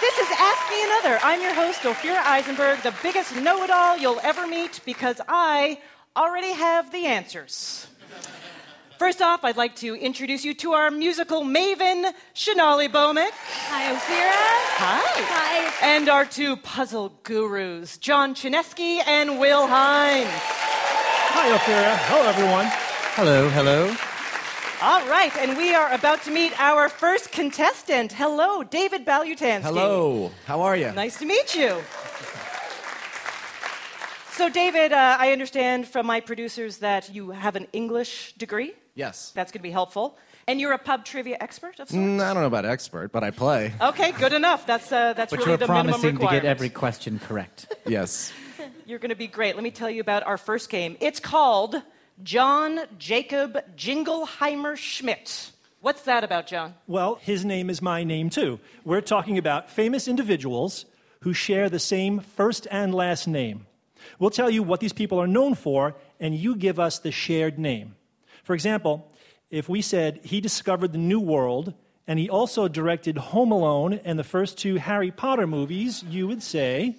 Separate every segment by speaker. Speaker 1: This is Ask Me Another. I'm your host, Ophira Eisenberg, the biggest know it all you'll ever meet because I already have the answers. First off, I'd like to introduce you to our musical maven, Shanali Bomick.
Speaker 2: Hi, Ophira.
Speaker 1: Hi.
Speaker 2: Hi.
Speaker 1: And our two puzzle gurus, John Chinesky and Will Hines.
Speaker 3: Hi, Ophira. Hello, everyone.
Speaker 4: Hello, hello.
Speaker 1: All right, and we are about to meet our first contestant. Hello, David Balutansky.
Speaker 4: Hello. How are you?
Speaker 1: Nice to meet you. So, David, uh, I understand from my producers that you have an English degree.
Speaker 4: Yes.
Speaker 1: That's going to be helpful. And you're a pub trivia expert of sorts?
Speaker 4: Mm, I don't know about expert, but I play.
Speaker 1: Okay, good enough. That's, uh, that's
Speaker 5: But
Speaker 1: really
Speaker 5: you're
Speaker 1: the
Speaker 5: promising
Speaker 1: minimum
Speaker 5: to get
Speaker 1: requirement.
Speaker 5: every question correct.
Speaker 4: Yes.
Speaker 1: You're going to be great. Let me tell you about our first game. It's called John Jacob Jingleheimer Schmidt. What's that about, John?
Speaker 3: Well, his name is my name, too. We're talking about famous individuals who share the same first and last name. We'll tell you what these people are known for, and you give us the shared name. For example, if we said he discovered the New World and he also directed Home Alone and the first two Harry Potter movies, you would say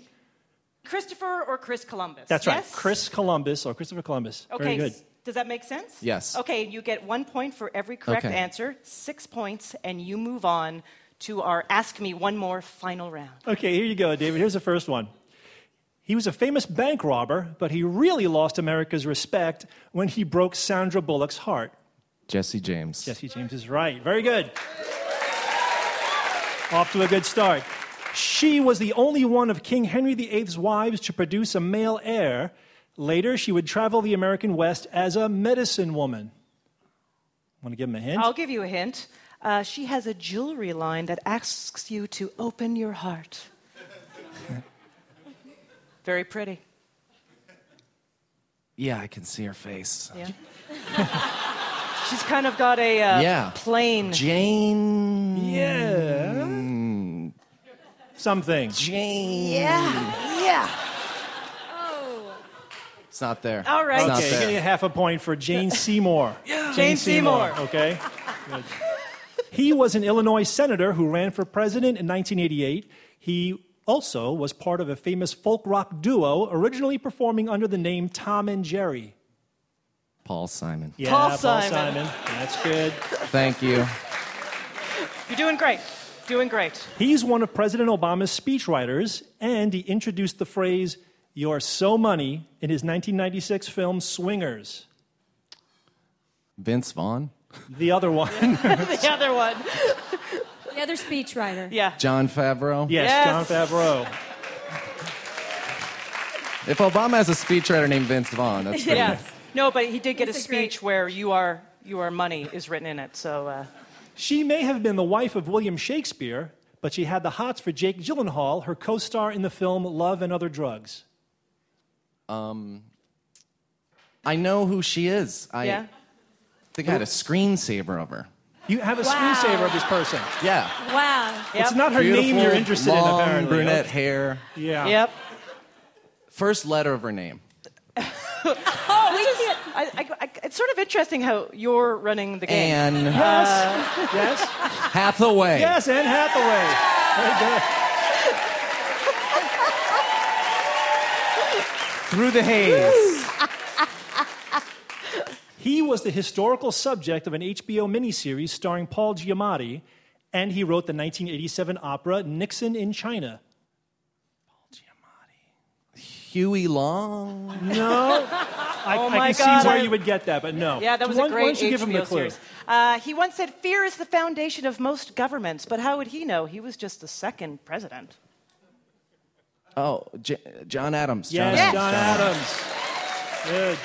Speaker 1: Christopher or Chris Columbus?
Speaker 3: that's right,
Speaker 1: Yes?
Speaker 3: Chris Columbus or Christopher Columbus.
Speaker 1: Okay.
Speaker 3: Very good.
Speaker 1: s- Does that make sense?
Speaker 4: Yes.
Speaker 1: Okay, you get one point for every correct
Speaker 4: Okay.
Speaker 1: answer, six points, and you move on to our Ask Me One More final round.
Speaker 3: Okay, here you go, David. Here's the first one. He was a famous bank robber, but he really lost America's respect when he broke Sandra Bullock's heart.
Speaker 4: Jesse James.
Speaker 3: Jesse James is right. Very good. Off to a good start. She was the only one of King Henry VIII's wives to produce a male heir. Later, she would travel the American West as a medicine woman. Want to give him a hint?
Speaker 1: I'll give you a hint. Uh, she has a jewelry line that asks you to open your heart. Very pretty.
Speaker 4: Yeah, I can see her face.
Speaker 1: Yeah. She's kind of got a uh,
Speaker 4: Yeah.
Speaker 1: plain.
Speaker 4: Jane.
Speaker 3: Yeah. Something.
Speaker 4: Jane.
Speaker 1: yeah, yeah. Oh.
Speaker 4: It's not there.
Speaker 1: All right.
Speaker 4: It's not
Speaker 3: Okay, you
Speaker 4: there.
Speaker 3: get a half a point for Jane Seymour.
Speaker 1: Jane Seymour.
Speaker 3: Okay. he was an Illinois senator who ran for president in 1988. He also was part of a famous folk rock duo, originally performing under the name Tom and Jerry.
Speaker 4: Paul Simon.
Speaker 3: Yeah,
Speaker 1: Paul
Speaker 3: Paul
Speaker 1: Simon.
Speaker 3: Simon. That's good.
Speaker 4: Thank you.
Speaker 1: You're doing great. Doing great.
Speaker 3: He's one of President Obama's speechwriters, and he introduced the phrase "You're so money" in his 1996 film Swingers.
Speaker 4: Vince Vaughn.
Speaker 3: The other one, yes,
Speaker 1: The other one.
Speaker 2: The other speechwriter.
Speaker 1: Yeah.
Speaker 4: John Favreau.
Speaker 1: Yes.
Speaker 3: John Favreau.
Speaker 4: If Obama has a speechwriter named Vince Vaughn, that's pretty
Speaker 1: Yeah. No, but he did get a
Speaker 2: That's a great-
Speaker 1: speech where you are you are money is written in it. So uh,
Speaker 3: She may have been the wife of William Shakespeare, but she had the hots for Jake Gyllenhaal, her co star in the film Love and Other Drugs.
Speaker 4: I know who she is. I
Speaker 1: yeah.
Speaker 4: think I had a screensaver of her.
Speaker 3: You have a
Speaker 2: Wow.
Speaker 3: screensaver of this person.
Speaker 4: Yeah.
Speaker 2: Wow.
Speaker 1: Yep.
Speaker 3: It's not her name
Speaker 4: Beautiful,
Speaker 3: you're interested
Speaker 4: long
Speaker 3: in, apparently.
Speaker 4: brunette hair.
Speaker 3: Yeah.
Speaker 1: Yep.
Speaker 4: First letter of her name.
Speaker 2: Oh, we can't.
Speaker 1: I, I, I, it's sort of interesting how you're running the game.
Speaker 4: Anne
Speaker 3: Yes. yes.
Speaker 4: Hathaway.
Speaker 3: Yes, Anne Hathaway. Very good.
Speaker 4: Through the haze.
Speaker 3: He was the historical subject of an HBO miniseries starring Paul Giamatti, and he wrote the 1987 opera Nixon in China.
Speaker 4: Huey Long.
Speaker 3: No. I,
Speaker 1: Oh
Speaker 3: I
Speaker 1: my
Speaker 3: can
Speaker 1: God,
Speaker 3: see where
Speaker 1: I-
Speaker 3: you would get that, but no.
Speaker 1: Yeah, that was
Speaker 3: Why-
Speaker 1: a
Speaker 3: why
Speaker 1: great
Speaker 3: don't you give him the
Speaker 1: HBO
Speaker 3: clue?
Speaker 1: series. Uh, he once said, "Fear is the foundation of most governments," but how would he know? He was just the second president.
Speaker 4: Oh, J- John Adams. John Adams.
Speaker 3: Yes, John Adams. Good.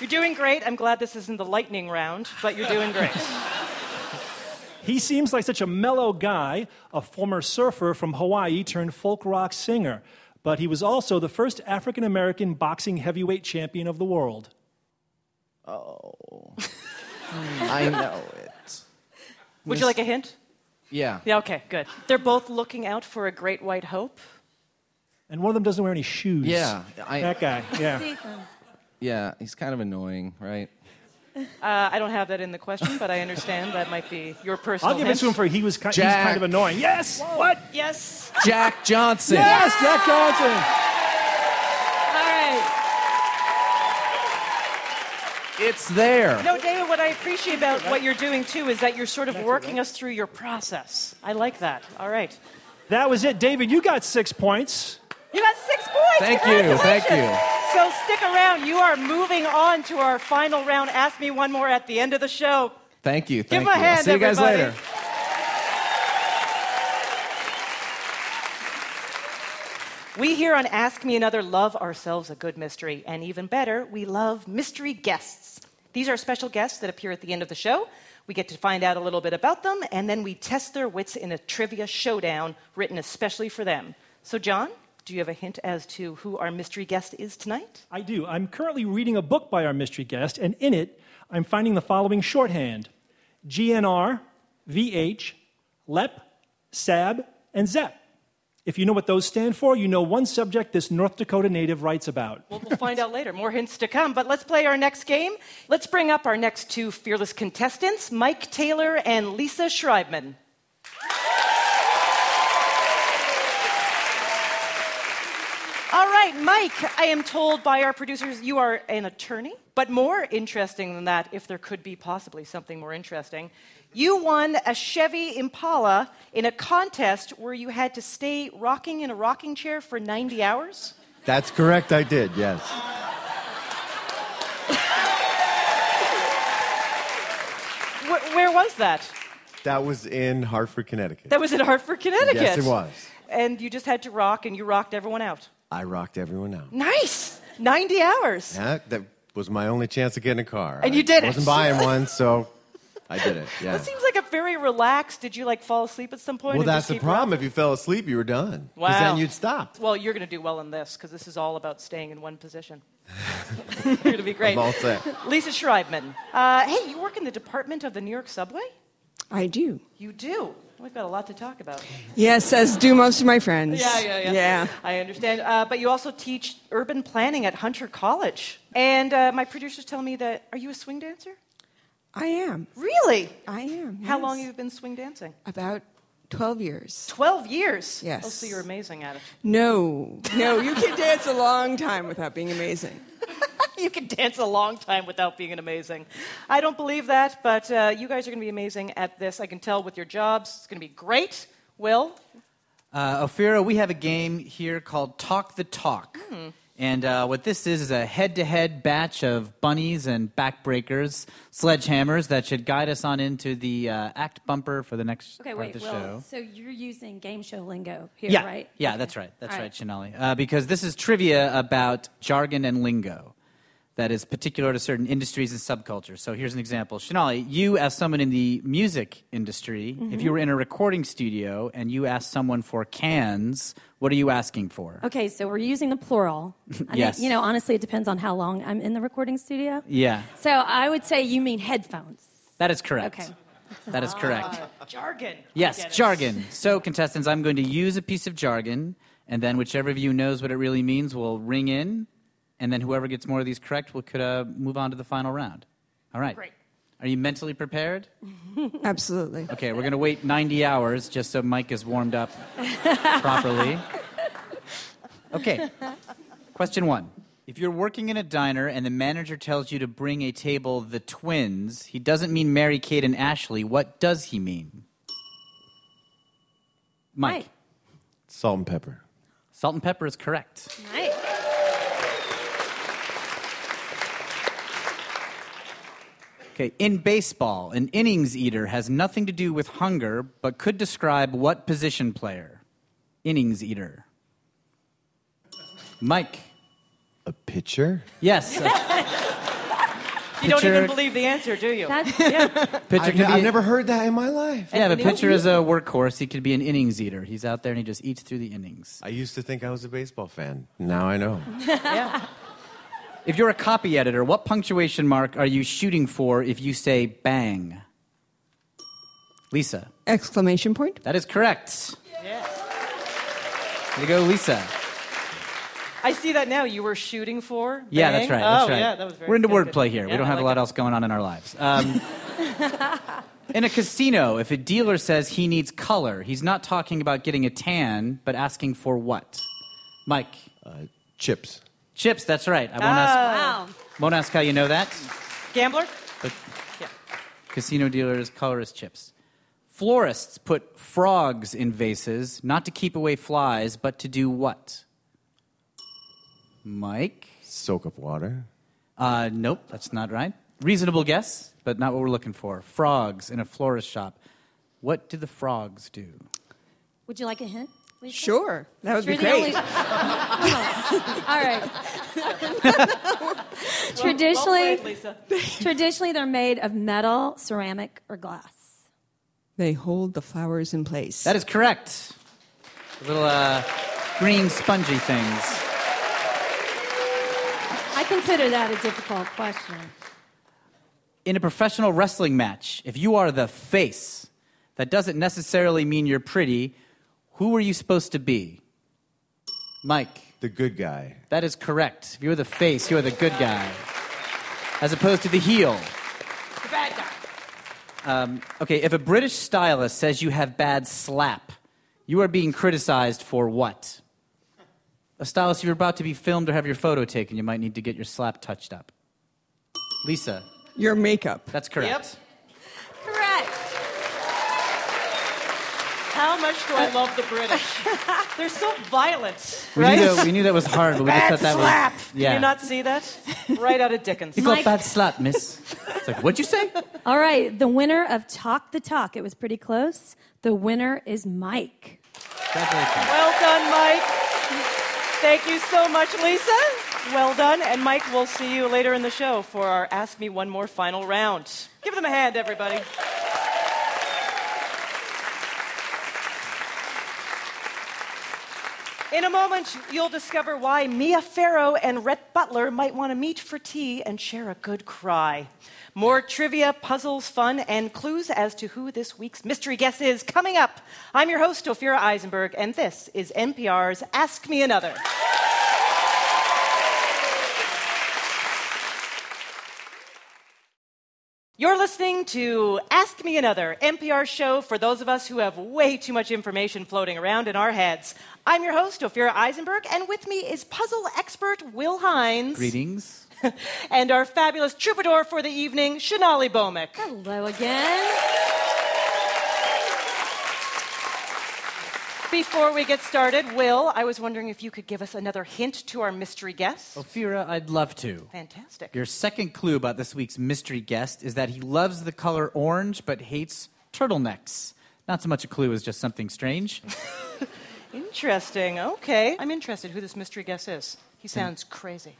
Speaker 1: You're doing great. I'm glad this isn't the lightning round, but you're doing great.
Speaker 3: He seems like such a mellow guy, a former surfer from Hawaii turned folk rock singer, but he was also the first African American boxing heavyweight champion of the world.
Speaker 4: Oh. I know it.
Speaker 1: would you like a hint?
Speaker 4: Yeah.
Speaker 1: Yeah. Okay. Good. They're both looking out for a great white hope.
Speaker 3: And one of them doesn't wear any shoes.
Speaker 4: Yeah, I-
Speaker 3: that guy. Yeah.
Speaker 2: Ethan.
Speaker 4: Yeah, he's kind of annoying, right?
Speaker 1: Uh, I don't have that in the question, but I understand that might be your personal.
Speaker 3: I'll give it to him for he was kind, he's
Speaker 4: Jack.
Speaker 3: kind of annoying. Yes. What?
Speaker 1: yes.
Speaker 4: Jack Johnson.
Speaker 3: Yes, Jack Johnson.
Speaker 2: All right.
Speaker 4: It's there.
Speaker 1: No, David. What I appreciate about what you're doing too is that you're sort of working us through your process. I like that. All right.
Speaker 3: That was it, David. You got six points.
Speaker 1: You got six points.
Speaker 4: Thank you, thank you.
Speaker 1: Congratulations. So stick around. You are moving on to our final round. Ask me one more at the end of the show.
Speaker 4: Thank you. Thank
Speaker 1: him a
Speaker 4: you.
Speaker 1: hand,
Speaker 4: See you guys
Speaker 1: everybody.
Speaker 4: later.
Speaker 1: We here on Ask Me Another love ourselves a good mystery, and even better, we love mystery guests. These are special guests that appear at the end of the show. We get to find out a little bit about them, and then we test their wits in a trivia showdown written especially for them. So, John, do you have a hint as to who our mystery guest is tonight?
Speaker 3: I do. I'm currently reading a book by our mystery guest, and in it, I'm finding the following shorthand GNR, VH, LEP, SAB, and ZEP. If you know what those stand for, you know one subject this North Dakota native writes about.
Speaker 1: Well, we'll find out later. More hints to come. But let's play our next game. Let's bring up our next two fearless contestants, Mike Taylor and Lisa Schreibman. All right, Mike, I am told by our producers you are an attorney, but more interesting than that, if there could be possibly something more interesting, you won a Chevy Impala in a contest where you had to stay rocking in a rocking chair for 90 hours.
Speaker 5: That's correct. I did. Yes.
Speaker 1: Wh- where was that?
Speaker 5: That was in Hartford, Connecticut.
Speaker 1: That was in Hartford, Connecticut.
Speaker 5: Yes, it was.
Speaker 1: And you just had to rock, and you rocked everyone out.
Speaker 5: I rocked everyone out.
Speaker 1: Nice. 90 hours.
Speaker 5: Yeah, that was my only chance of getting a car.
Speaker 1: And
Speaker 5: I
Speaker 1: you did it.
Speaker 5: Wasn't buying one, so I did it. Yeah.
Speaker 1: That seems like a very relaxed. Did you like fall asleep at some point?
Speaker 5: well,
Speaker 1: and
Speaker 5: that's
Speaker 1: just
Speaker 5: the
Speaker 1: keep
Speaker 5: problem.
Speaker 1: rocking?
Speaker 5: If you fell asleep, you were done. 'Cause
Speaker 1: Wow.
Speaker 5: then you'd stop.
Speaker 1: Well, you're going to do well in this because this is all about staying in one position. you're going to be great.
Speaker 5: I'm all set.
Speaker 1: Lisa Schreibman. Uh, hey, you work in the department of the New York subway?
Speaker 6: I do.
Speaker 1: You do. We've got a lot to talk about.
Speaker 6: Yes, as do most of my friends.
Speaker 1: Yeah, yeah, yeah.
Speaker 6: Yeah.
Speaker 1: I understand. Uh, but you also teach urban planning at Hunter College. And uh, my producers tell me that, are you a swing dancer?
Speaker 6: I am.
Speaker 1: Really?
Speaker 6: I am.
Speaker 1: How long
Speaker 6: yes.
Speaker 1: have you been swing dancing?
Speaker 6: About 12 years.
Speaker 1: 12 years.
Speaker 6: Yes.
Speaker 1: Oh, so you're amazing at it.
Speaker 6: No, no, you can dance a long time without being amazing.
Speaker 1: You can dance a long time without being an amazing. I don't believe that, but uh, you guys are going to be amazing at this. I can tell with your jobs. It's going to be great. Will?
Speaker 7: Uh, Ophira, we have a game here called Talk the Talk. And uh, what this is is a head to head batch of bunnies and backbreakers, sledgehammers that should guide us on into the uh, act bumper for the next
Speaker 2: Okay,
Speaker 7: part
Speaker 2: wait,
Speaker 7: of the
Speaker 2: Will.
Speaker 7: show.
Speaker 2: So you're using game show lingo here,
Speaker 7: Yeah,
Speaker 2: right?
Speaker 7: yeah,
Speaker 2: Okay.
Speaker 7: that's right. That's
Speaker 2: All
Speaker 7: right, Shanali. Uh, because this is trivia about jargon and lingo that is particular to certain industries and subcultures. So here's an example. Shanali, you as someone in the music industry,
Speaker 2: Mm-hmm.
Speaker 7: if you were in a recording studio and you asked someone for cans, what are you asking for?
Speaker 2: Okay, so we're using the plural. I
Speaker 7: Yes.
Speaker 2: Mean, you know, honestly, it depends on how long I'm in the recording studio.
Speaker 7: Yeah,
Speaker 2: So I would say you mean headphones.
Speaker 7: that is correct.
Speaker 2: Okay. Ah.
Speaker 7: That is correct.
Speaker 1: Uh, Jargon. I get
Speaker 7: Yes,
Speaker 1: it.
Speaker 7: jargon. So, contestants, I'm going to use a piece of jargon, and then whichever of you knows what it really means will ring in, and then whoever gets more of these correct will could uh, move on to the final round. All right.
Speaker 1: Great.
Speaker 7: Are you mentally prepared?
Speaker 6: Absolutely.
Speaker 7: Okay, we're going to wait 90 hours just so Mike is warmed up properly. Okay. Question one. If you're working in a diner and the manager tells you to bring a table the twins, he doesn't mean Mary Kate and Ashley. What does he mean? Mike.
Speaker 2: Right.
Speaker 5: Salt and pepper.
Speaker 7: Salt and pepper is correct.
Speaker 2: Nice.
Speaker 7: Okay, in baseball, an innings eater has nothing to do with hunger, but could describe what position player? Innings eater. Mike.
Speaker 5: A pitcher.
Speaker 7: Yes. a
Speaker 1: You don't even
Speaker 7: Pitcher-
Speaker 1: believe the answer, do you?
Speaker 2: That's
Speaker 7: pitcher
Speaker 5: I've,
Speaker 7: could
Speaker 5: n-
Speaker 7: be-
Speaker 5: I've never heard that in my life.
Speaker 7: Yeah, but pitcher is a workhorse. He could be an innings eater. He's out there and he just eats through the innings.
Speaker 5: I used to think I was a baseball fan. Now I know.
Speaker 1: yeah.
Speaker 7: If you're a copy editor, what punctuation mark are you shooting for if you say bang? Lisa.
Speaker 6: Exclamation point.
Speaker 7: That is correct. Yeah. There you go, Lisa.
Speaker 1: I see that now. You were shooting for?
Speaker 7: Yeah,
Speaker 1: bang?
Speaker 7: that's right. That's
Speaker 1: oh,
Speaker 7: right.
Speaker 1: yeah, that was very
Speaker 7: We're into
Speaker 1: good.
Speaker 7: wordplay here.
Speaker 1: Yeah,
Speaker 7: we don't
Speaker 1: I
Speaker 7: have a
Speaker 1: like
Speaker 7: lot else going on in our lives. Um, in a casino, if a dealer says he needs color, he's not talking about getting a tan, but asking for what? Mike.
Speaker 5: Uh, Chips.
Speaker 7: Chips, that's right. I won't,
Speaker 2: Wow.
Speaker 7: ask, won't ask how you know that.
Speaker 1: that. Gambler?
Speaker 7: Casino dealers, color is chips. Florists put frogs in vases, not to keep away flies, but to do what? Mike?
Speaker 5: Soak up water.
Speaker 7: Uh, nope, that's not right. Reasonable guess, but not what we're looking for. Frogs in a florist shop. What do the frogs do?
Speaker 2: Would you like a hint? Lisa?
Speaker 6: Sure, that would be
Speaker 2: You're the
Speaker 6: great.
Speaker 2: only- All right.
Speaker 1: Well
Speaker 2: traditionally,
Speaker 1: played, Oh, Lisa.
Speaker 2: traditionally they're made of metal, ceramic, or glass.
Speaker 6: They hold the flowers in place.
Speaker 7: That is correct. The little uh, green spongy things.
Speaker 2: I consider that a difficult question.
Speaker 7: In a professional wrestling match, if you are the face, that doesn't necessarily mean you're pretty. Who were you supposed to be? Mike.
Speaker 5: The good guy.
Speaker 7: That is correct. If you're the face, you're the good guy, as opposed to the heel. Um,
Speaker 1: The bad guy.
Speaker 7: Okay, if a British stylist says you have bad slap, you are being criticized for what? A stylist, if you're about to be filmed or have your photo taken, you might need to get your slap touched up. Lisa,
Speaker 6: Your makeup.
Speaker 7: that's correct.
Speaker 1: Yep.
Speaker 2: Correct.
Speaker 1: How much do I love the British? They're so violent,
Speaker 7: We,
Speaker 1: right?
Speaker 7: knew that, we knew that was hard, but we just
Speaker 1: Bad
Speaker 7: thought that
Speaker 1: slap.
Speaker 7: was.
Speaker 1: Did you not see that? Right out of Dickens.
Speaker 7: You got
Speaker 2: Mike-
Speaker 7: bad slap, miss. It's like, what'd you say?
Speaker 2: All right. The winner of Talk the Talk. It was pretty close. The winner is Mike.
Speaker 7: Congratulations.
Speaker 1: Well done, Mike. Thank you so much, Lisa. Well done. And Mike, we'll see you later in the show for our Ask Me One More final round. Give them a hand, everybody. In a moment, you'll discover why Mia Farrow and Rhett Butler might want to meet for tea and share a good cry. More trivia, puzzles, fun, and clues as to who this week's mystery guest is coming up. I'm your host, Ophira Eisenberg, and this is NPR's Ask Me Another. You're listening to Ask Me Another, NPR show for those of us who have way too much information floating around in our heads. I'm your host, Ophira Eisenberg, and with me is puzzle expert Will Hines
Speaker 7: Greetings.
Speaker 1: and our fabulous troubadour for the evening, Shanali Bomick.
Speaker 2: Hello again.
Speaker 1: Before we get started, Will, I was wondering if you could give us another hint to our mystery guest.
Speaker 7: Ophira, I'd love to.
Speaker 1: Fantastic.
Speaker 7: Your second clue about this week's mystery guest is that he loves the color orange but hates turtlenecks. Not so much a clue as just something strange.
Speaker 1: Interesting. Okay. I'm interested who this mystery guest is. He sounds crazy.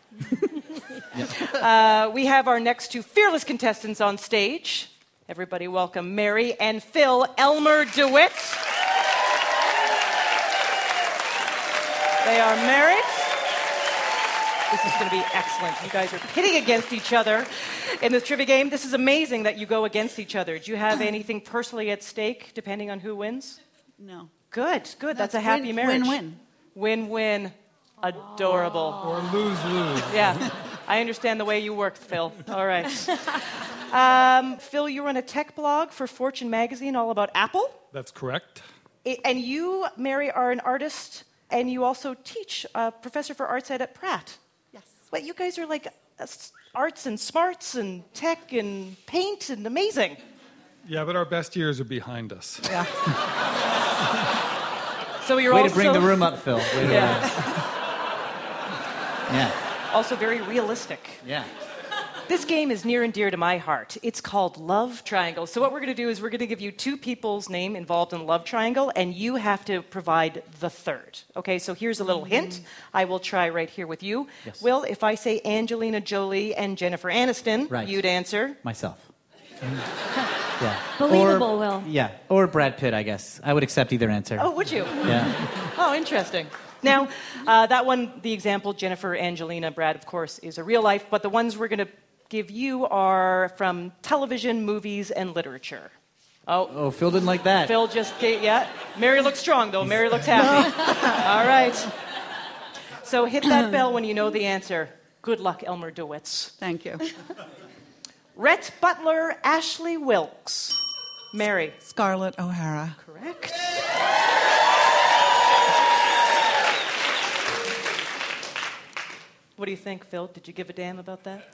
Speaker 1: uh, we have our next two fearless contestants on stage. Everybody welcome Mary and Phil Elmer DeWitt. They are married. This is going to be excellent. You guys are pitting against each other in this trivia game. This is amazing that you go against each other. Do you have anything personally at stake depending on who wins?
Speaker 8: No.
Speaker 1: Good, good. That's, a happy
Speaker 8: win-
Speaker 1: marriage.
Speaker 8: win-win.
Speaker 1: Win win. Adorable. Or lose lose. Yeah. I understand the way you work, Phil. All right. Um, Phil, you run a tech blog for Fortune magazine all about Apple.
Speaker 9: That's correct.
Speaker 1: I- and you, Mary, are an artist and you also teach a professor for arts ed at Pratt.
Speaker 8: Yes.
Speaker 1: But you guys are like uh, s- arts and smarts and tech and paint and amazing.
Speaker 9: Yeah, but our best years are behind us.
Speaker 1: So you're
Speaker 7: Way
Speaker 1: also
Speaker 7: to bring the room up, Phil. Way to bring-
Speaker 1: Yeah,
Speaker 7: yeah.
Speaker 1: also very realistic.
Speaker 7: Yeah.
Speaker 1: This game is near and dear to my heart. It's called Love Triangle. So, what we're going to do is we're going to give you two people's name involved in Love Triangle, and you have to provide the third. Okay, so here's a little hint. I will try right here with you. Will, if I say Angelina Jolie and Jennifer Aniston,
Speaker 7: Right.
Speaker 1: you'd answer.
Speaker 7: Myself. yeah.
Speaker 2: Believable,
Speaker 7: or,
Speaker 2: Will.
Speaker 7: Yeah. Or Brad Pitt, I guess. I would accept either answer.
Speaker 1: Oh, would you?
Speaker 7: Yeah.
Speaker 1: Oh, interesting. Now, uh, that one, the example, Jennifer, Angelina, Brad, of course, is a real life, but the ones we're going to give you are from television, movies, and literature. Oh,
Speaker 7: Oh, Phil didn't like that.
Speaker 1: Phil just gave, yeah. Mary looks strong, though. Mary looks happy. All right. So hit that bell when you know the answer. Good luck, Elmer DeWitz.
Speaker 10: Thank you.
Speaker 1: Rhett Butler, Ashley Wilkes. Mary.
Speaker 10: Scarlett O'Hara.
Speaker 1: Correct. What do you think, Phil? Did you give a damn about that?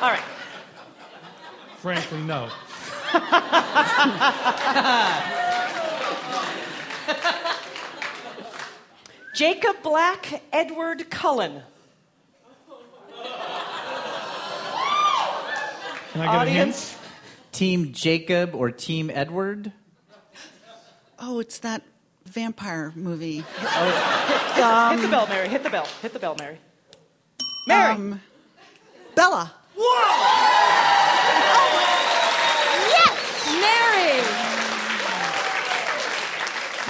Speaker 1: All right.
Speaker 11: Frankly, no.
Speaker 1: Jacob Black, Edward Cullen.
Speaker 11: Can I get
Speaker 1: Audience.
Speaker 7: Team Jacob or Team Edward?
Speaker 12: Oh, it's that vampire movie.
Speaker 1: hit the bell, Mary. Hit the bell. Hit the bell, Mary. Mary.
Speaker 12: Um, Bella.
Speaker 2: Mary!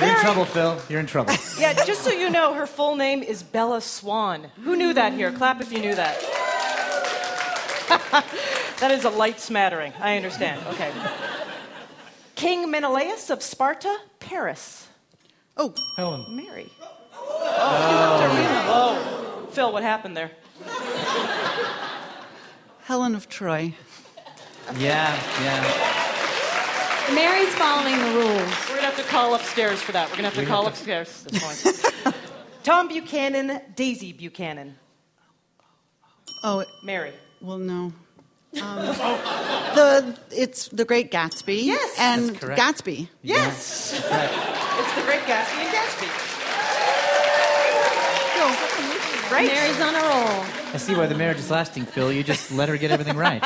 Speaker 7: You're in trouble, Phil. You're in trouble.
Speaker 1: Yeah, just so you know, her full name is Bella Swan. Who knew that here? Clap if you knew that. that is a light smattering. I understand. Okay. King Menelaus of Sparta, Paris.
Speaker 12: Oh,
Speaker 11: a hand? Helen.
Speaker 1: Mary. Oh, oh. Phil, what happened there?
Speaker 12: Helen of Troy.
Speaker 7: yeah, yeah.
Speaker 2: Mary's following the rules.
Speaker 1: We're going to have to call upstairs for that. We're going to have to call upstairs at this point. Tom Buchanan, Daisy Buchanan.
Speaker 12: Oh,
Speaker 1: Mary.
Speaker 12: well, no. Um, the it's the Great Gatsby.
Speaker 1: Yes.
Speaker 12: and
Speaker 7: correct.
Speaker 12: Gatsby.
Speaker 1: Yes. it's the great Gatsby and Gatsby. Right.
Speaker 2: Mary's on a roll.
Speaker 7: I see why the marriage is lasting, Phil. You just let her get everything right.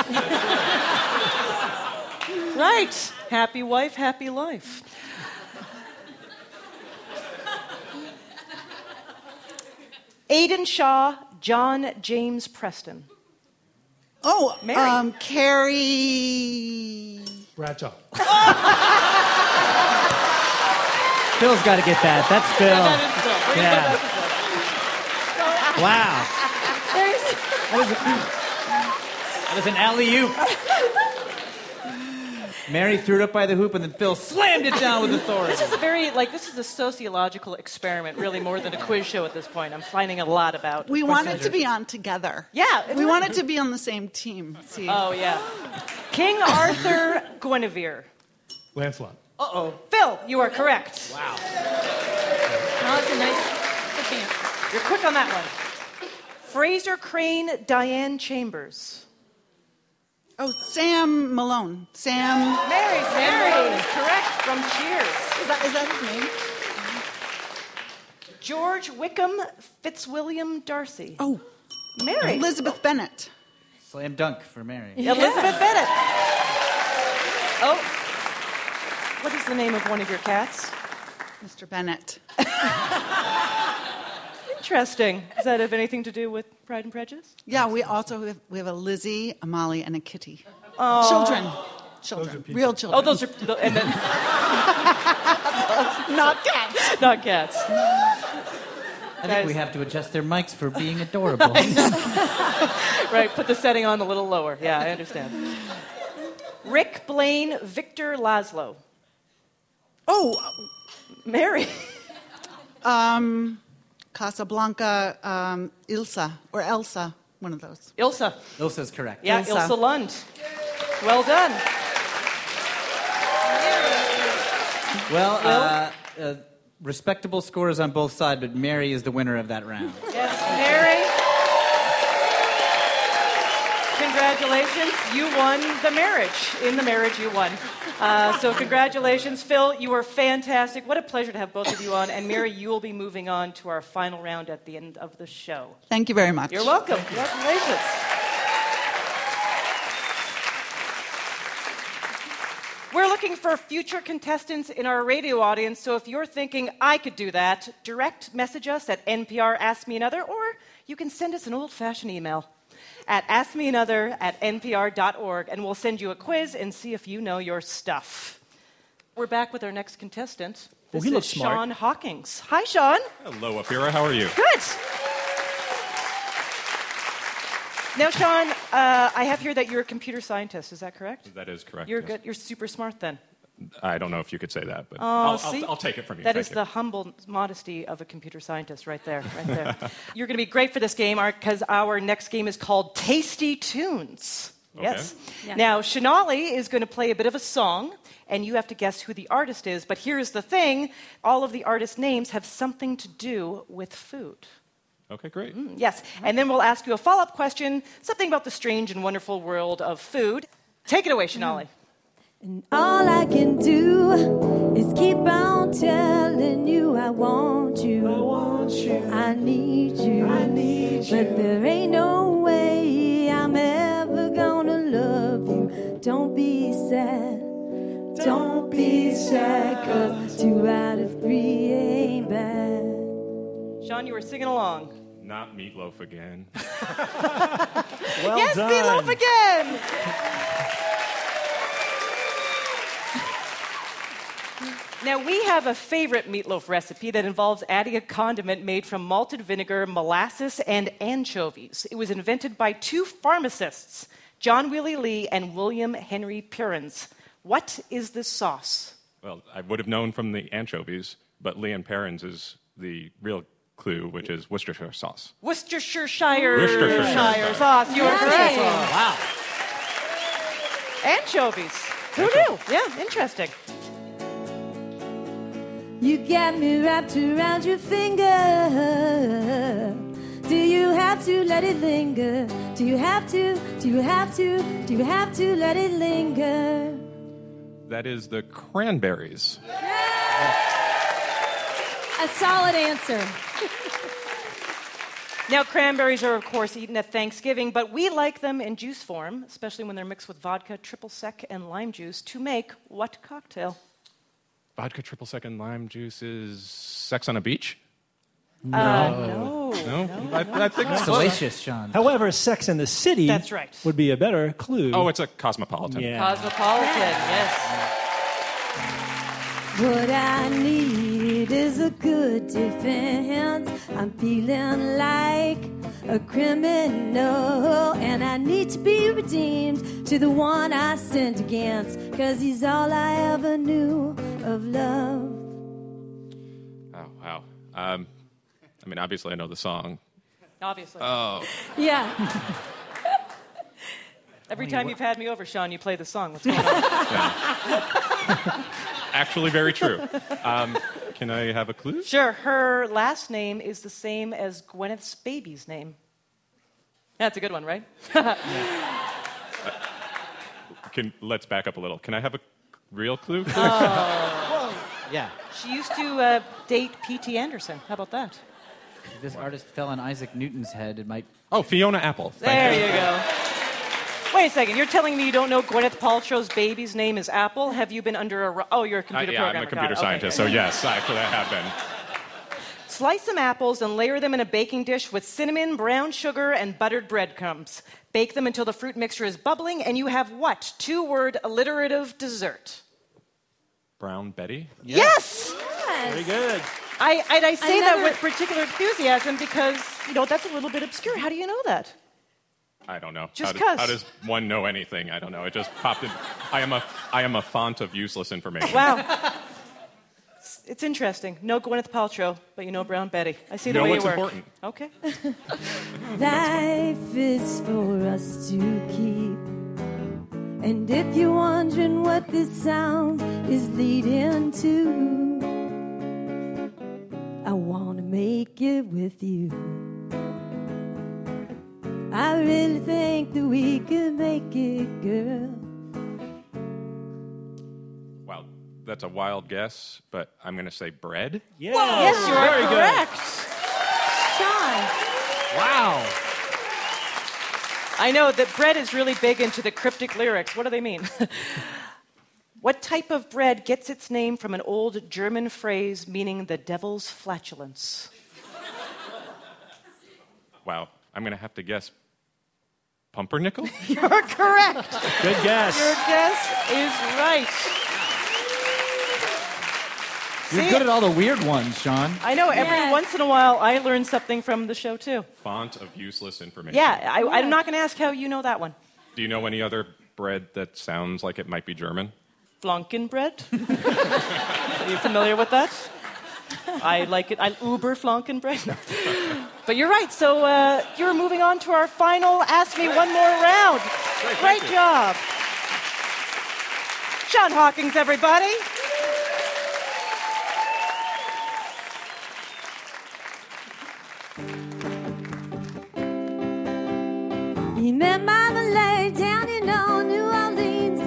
Speaker 1: Right. Happy wife, happy life. Aidan Shaw, John James Preston.
Speaker 12: Oh,
Speaker 1: Mary.
Speaker 12: um, Carrie.
Speaker 11: Bradshaw.
Speaker 7: Phil's got to get that. That's Phil. Yeah. Wow.
Speaker 2: There's,
Speaker 7: That was an alley oop. Mary threw it up by the hoop, and then Phil slammed it down with authority.
Speaker 1: This is a very, like, this is a sociological experiment, really, more than a quiz show at this point. I'm finding a lot about.
Speaker 12: We wanted to be on together.
Speaker 1: Yeah,
Speaker 12: we
Speaker 1: it-
Speaker 12: wanted to be on the same team. See,
Speaker 1: Oh, yeah. King Arthur Guinevere.
Speaker 11: Lancelot.
Speaker 1: Uh oh. Phil, you are correct. Wow.
Speaker 2: oh, it's a nice good chance.
Speaker 1: You're quick on that one. Fraser Crane, Diane Chambers.
Speaker 12: oh, Sam Malone. Sam.
Speaker 1: Mary, Mary, correct from Cheers.
Speaker 12: Is that, is that his name?
Speaker 1: George Wickham Fitzwilliam Darcy.
Speaker 12: Oh,
Speaker 1: Mary.
Speaker 12: Elizabeth Bennett.
Speaker 7: Slam dunk for Mary.
Speaker 1: Elizabeth Bennett. Oh, what is the name of one of your cats?
Speaker 12: Mr. Bennett.
Speaker 1: Interesting. Does that have anything to do with Pride and Prejudice?
Speaker 12: Yeah, we also have, we have a Lizzie, a Molly, and a Kitty. Children. Children. Real
Speaker 1: Oh,
Speaker 12: children.
Speaker 1: those are tho- and then,
Speaker 12: Not cats.
Speaker 1: not cats.
Speaker 7: I think we have to adjust their mics for being adorable.
Speaker 1: Right. Put the setting on a little lower. Yeah, I understand. Rick Blaine, Victor Laszlo.
Speaker 12: Oh,
Speaker 1: Mary.
Speaker 12: um, Casablanca, um, Ilsa, or Elsa, one of those.
Speaker 1: Ilsa.
Speaker 7: Ilsa's correct.
Speaker 1: Yeah, Ilsa,
Speaker 12: Ilsa.
Speaker 1: Lund. Well done.
Speaker 7: Well, uh, uh, respectable scores on both sides, but Mary is the winner of that round.
Speaker 1: Yes, Mary. Congratulations, you won the marriage. In the marriage, you won. Uh, so, congratulations, Phil. You were fantastic. What a pleasure to have both of you on. And, Mary, you will be moving on to our final round at the end of the show.
Speaker 12: Thank you very much.
Speaker 1: You're welcome. Congratulations. We're looking for future contestants in our radio audience, so if you're thinking I could do that, direct message us at NPR Ask Me Another, or you can send us an old fashioned email at askmeanother at npr.org, and we'll send you a quiz and see if you know your stuff. We're back with our next contestant. This
Speaker 3: Well, Oh, he
Speaker 1: is
Speaker 3: looks smart.
Speaker 1: Sean Hawkins. Hi, Sean.
Speaker 13: Hello, Apira. How are you?
Speaker 1: Good. Now, Sean, uh, I have here that you're a computer scientist. Is that correct?
Speaker 13: That is correct.
Speaker 1: You're
Speaker 13: yes.
Speaker 1: good. You're super smart then.
Speaker 13: I don't know if you could say that, but I'll,
Speaker 1: see?
Speaker 13: I'll, I'll take it from you.
Speaker 1: That
Speaker 13: Thank
Speaker 1: is
Speaker 13: you.
Speaker 1: the humble modesty of a computer scientist, right there, right there. You're going to be great for this game, because our next game is called Tasty Tunes. Yes.
Speaker 2: Yeah.
Speaker 1: Now, Shanali is going to play a bit of a song, and you have to guess who the artist is. But here's the thing all of the artist names have something to do with food.
Speaker 13: Okay, great.
Speaker 1: Yes. And then we'll ask you a follow up question something about the strange and wonderful world of food. Take it away, Shanali.
Speaker 2: And all I can do is keep on telling you I want you. I want you. I need you. I need you. But there ain't no way I'm ever gonna love you. Don't be sad. Don't be sad, cause two out of three ain't bad.
Speaker 3: Mm.
Speaker 1: Sean, you were singing along.
Speaker 13: Not meatloaf again.
Speaker 3: Well
Speaker 1: yes,
Speaker 3: done.
Speaker 1: meatloaf again. Now, we have a favorite meatloaf recipe that involves adding a condiment made from malted vinegar, molasses, and anchovies. It was invented by two pharmacists, John Willie Lee and William Henry Perrins. What is this sauce?
Speaker 13: Well, I would have known from the anchovies, but Lee and Perrins is the real clue, which is Worcestershire sauce.
Speaker 1: Worcestershire Shire
Speaker 13: Worcestershire sauce.
Speaker 1: sauce. You are correct.
Speaker 7: Wow.
Speaker 1: Oh, Anchovies. Who knew? Yeah, interesting.
Speaker 2: You got me wrapped around your finger. Do you have to let it linger? Do you have to? Do you have to? Do you have to let it linger?
Speaker 13: That is the cranberries.
Speaker 2: A solid answer.
Speaker 1: Now, cranberries are, of course, eaten at Thanksgiving, but we like them in juice form, especially when they're mixed with vodka, triple sec, and lime juice to make what cocktail?
Speaker 13: Vodka triple sec and lime juice is sex on a beach?
Speaker 1: Oh,
Speaker 13: No? I, I think it's
Speaker 7: Salacious, Sean.
Speaker 3: However, Sex and the City
Speaker 1: That's right.
Speaker 3: would be a better clue.
Speaker 13: Oh, it's a cosmopolitan.
Speaker 3: yeah.
Speaker 1: cosmopolitan, yes.
Speaker 2: What I need is a good defense. I'm feeling like a criminal, and I need to be redeemed to the one I sinned against, cause he's all I ever knew of love.
Speaker 13: Oh, wow. Um, I mean, obviously, I know the song.
Speaker 1: Obviously.
Speaker 2: Yeah.
Speaker 1: Every time you've had me over, Sean, you play the song. What's going on?
Speaker 13: Actually, very true. Um, can I have a clue?
Speaker 1: sure, her last name is the same as Gwyneth's baby's name. That's a good one, right?
Speaker 13: Can, let's back up a little. Can I have a real clue?
Speaker 1: Uh,
Speaker 7: Yeah.
Speaker 1: She used to uh, date P.T. Anderson. How about that?
Speaker 7: If this artist fell on Isaac Newton's head, it might.
Speaker 13: oh, Fiona Apple. Thank
Speaker 1: There
Speaker 13: you.
Speaker 1: you go. Wait a second. You're telling me you don't know Gwyneth Paltrow's baby's name is Apple? Have you been under a ro- oh, you're a
Speaker 13: I,
Speaker 1: computer
Speaker 13: Uh, yeah, I'm
Speaker 1: programmer.
Speaker 13: a computer
Speaker 1: Got it. Okay.
Speaker 13: scientist, so yes, actually, I have been.
Speaker 1: Slice some apples and layer them in a baking dish with cinnamon, brown sugar, and buttered breadcrumbs. Bake them until the fruit mixture is bubbling, and you have what? Two-word alliterative dessert.
Speaker 13: Brown Betty?
Speaker 1: Yes.
Speaker 3: Very good.
Speaker 1: I and I say that
Speaker 2: Another-
Speaker 1: with particular enthusiasm because you know that's a little bit obscure. How do you know that?
Speaker 13: I don't know.
Speaker 1: Just
Speaker 13: how,
Speaker 1: 'cause.
Speaker 13: does, how does one know anything? I don't know. It just popped in. I am a, I am a font of useless information.
Speaker 1: Wow. It's- It's interesting. No Gwyneth Paltrow, but you know Brown Betty. I see the
Speaker 13: No,
Speaker 1: way you
Speaker 13: it's
Speaker 1: work.
Speaker 13: important.
Speaker 1: Okay.
Speaker 2: Life is for us to keep. And if you're wondering what this sound is leading to, I want to make it with you. I really think that we could make it, girl.
Speaker 13: Wow. That's a wild guess, but I'm going to say bread.
Speaker 3: Yeah.
Speaker 1: Yes, you are
Speaker 3: Very
Speaker 1: correct.
Speaker 2: Sean,
Speaker 7: Wow.
Speaker 1: I know that bread is really big into the cryptic lyrics. What do they mean? what type of bread gets its name from an old German phrase meaning the devil's flatulence?
Speaker 13: Wow. I'm going to have to guess pumpernickel?
Speaker 1: You're correct.
Speaker 3: good. Good guess.
Speaker 1: Your guess is right.
Speaker 7: You're
Speaker 1: See?
Speaker 7: good at all the weird ones, Sean.
Speaker 1: I know every
Speaker 2: Yes.
Speaker 1: once in a while I learn something from the show too.
Speaker 13: font of useless information.
Speaker 1: Yeah, I, I'm not going to ask how you know that one.
Speaker 13: Do you know any other bread that sounds like it might be German?
Speaker 1: Flankenbread. Are you familiar with that? I like it. I uber Flankenbread. No. But you're right. So uh, you're moving on to our final Ask Me One More round.
Speaker 12: Great,
Speaker 1: Great
Speaker 12: thank you.
Speaker 1: job. John Hawkins, everybody.
Speaker 2: He met Mama Lay down in old New Orleans,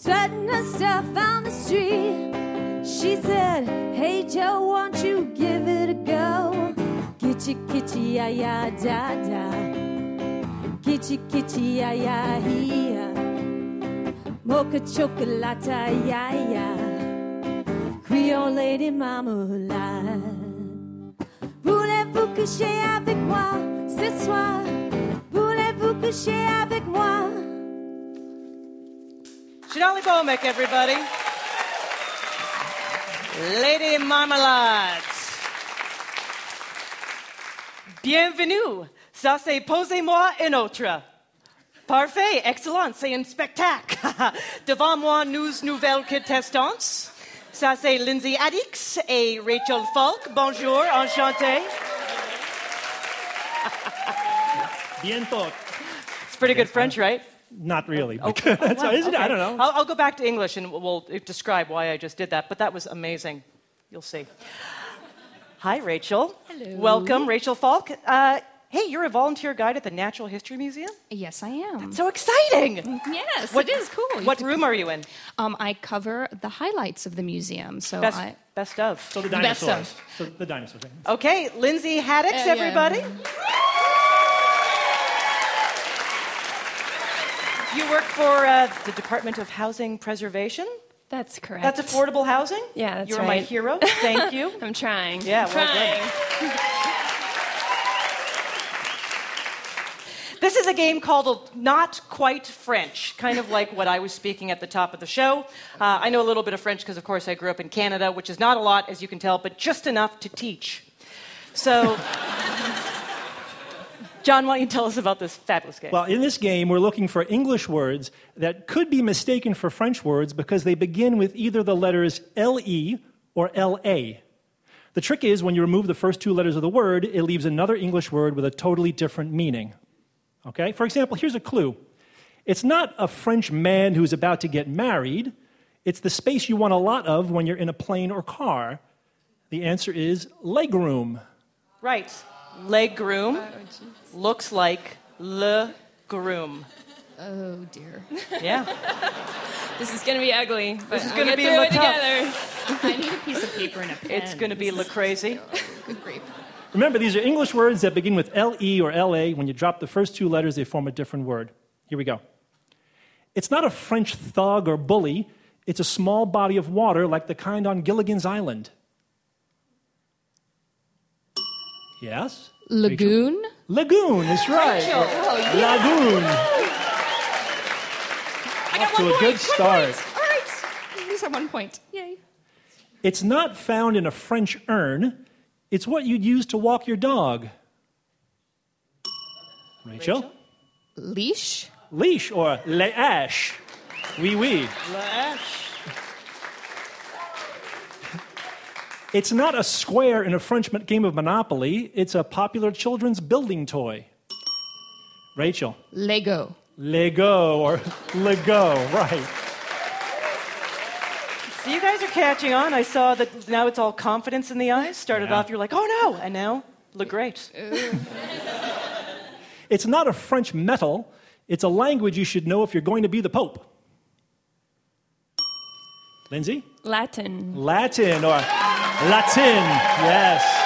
Speaker 2: strutting her stuff on the street. She said, Hey Joe, won't you give it a go? Kitchy, kitchy, ya, ya, da, da. Kitchy, kitchy, ya, ya, he, ya. Mocha chocolata, ya, ya. Creole lady, mama, la. Voulez-vous coucher avec moi ce soir? Voulez-vous coucher avec moi?
Speaker 1: Shanali Bomek, everybody. Lady Marmalade. Bienvenue. Ça c'est posez-moi une autre. Parfait, excellent, c'est un spectacle. Devant moi, nous nouvelles contestantes. Ça c'est Lindsay Addix et Rachel Falk. Bonjour, enchanté.
Speaker 3: Bien thought.
Speaker 1: It's pretty good French, right?
Speaker 3: Not really. because-
Speaker 1: Oh, Wow,
Speaker 3: so, isn't it? I
Speaker 1: okay.
Speaker 3: don't know.
Speaker 1: I'll, I'll go back to English and we'll uh, describe why I just did that, but that was amazing. You'll see. Hi, Rachel.
Speaker 14: Hello.
Speaker 1: Welcome, Rachel Falk. Uh, hey, you're a volunteer guide at the Natural History Museum?
Speaker 14: Yes, I am.
Speaker 1: So exciting!
Speaker 14: Yes,
Speaker 1: What-
Speaker 14: it is cool. You
Speaker 1: What
Speaker 14: get to-
Speaker 1: room are you in?
Speaker 14: Um, I cover the highlights of the museum. So
Speaker 1: best,
Speaker 14: Oh, I.
Speaker 1: best of. So
Speaker 3: the
Speaker 14: Best of.
Speaker 3: dinosaurs. So the dinosaurs. right?
Speaker 1: Okay, Lindsay Haddix,
Speaker 14: Uh, yeah.
Speaker 1: everybody. You work for uh, the Department of Housing Preservation.
Speaker 15: That's correct.
Speaker 1: That's affordable housing.
Speaker 15: Yeah, that's
Speaker 1: You're my
Speaker 15: right.
Speaker 1: hero. Thank you.
Speaker 15: I'm trying.
Speaker 1: Yeah,
Speaker 15: I'm
Speaker 1: well done.
Speaker 15: trying.
Speaker 1: This is a game called Not Quite French, kind of like what I was speaking at the top of the show. Uh, I know a little bit of French because, of course, I grew up in Canada, which is not a lot, as you can tell, but just enough to teach. So, John, why don't you tell us about this fabulous game?
Speaker 3: Well, in this game, we're looking for English words that could be mistaken for French words because they begin with either the letters LE or LA. The trick is when you remove the first two letters of the word, it leaves another English word with a totally different meaning. Okay? For example, here's a clue it's not a French man who's about to get married, it's the space you want a lot of when you're in a plane or car. The answer is legroom.
Speaker 1: right, leg groom looks like le groom.
Speaker 14: Oh dear.
Speaker 1: Yeah.
Speaker 15: This is going to be ugly. But
Speaker 1: is
Speaker 15: we'll get
Speaker 1: gonna be
Speaker 15: through
Speaker 1: Le
Speaker 15: it
Speaker 1: Tough.
Speaker 15: together.
Speaker 14: I need a piece of paper and a pen.
Speaker 1: It's going to be le crazy.
Speaker 3: Remember, these are English words that begin with LE or LA. When you drop the first two letters, they form a different word. Here we go. It's not a French thug or bully, it's a small body of water like the kind on Gilligan's Island. Yes?
Speaker 14: Lagoon.
Speaker 3: Lagoon, that's right.
Speaker 14: Rachel, oh, yeah.
Speaker 3: Lagoon. Off
Speaker 1: Oh,
Speaker 3: to a good start.
Speaker 14: All right. At least I have one point. Yay.
Speaker 3: It's not found in a French urn, it's what you'd use to walk your dog. Rachel?
Speaker 14: Leash.
Speaker 3: Leash or leash. Oui, oui. It's not a square in a French mon- game of Monopoly, it's a popular children's building toy. Rachel.
Speaker 14: Lego.
Speaker 3: Lego or Lego, right.
Speaker 1: So you guys are catching on. I saw that now it's all confidence in the eyes. Started
Speaker 3: Yeah.
Speaker 1: off, you're like, oh no, and now le great.
Speaker 3: It's not a French metal, it's a language you should know if you're going to be the Pope. Lindsay?
Speaker 15: Latin.
Speaker 3: Latin or Latin, yes.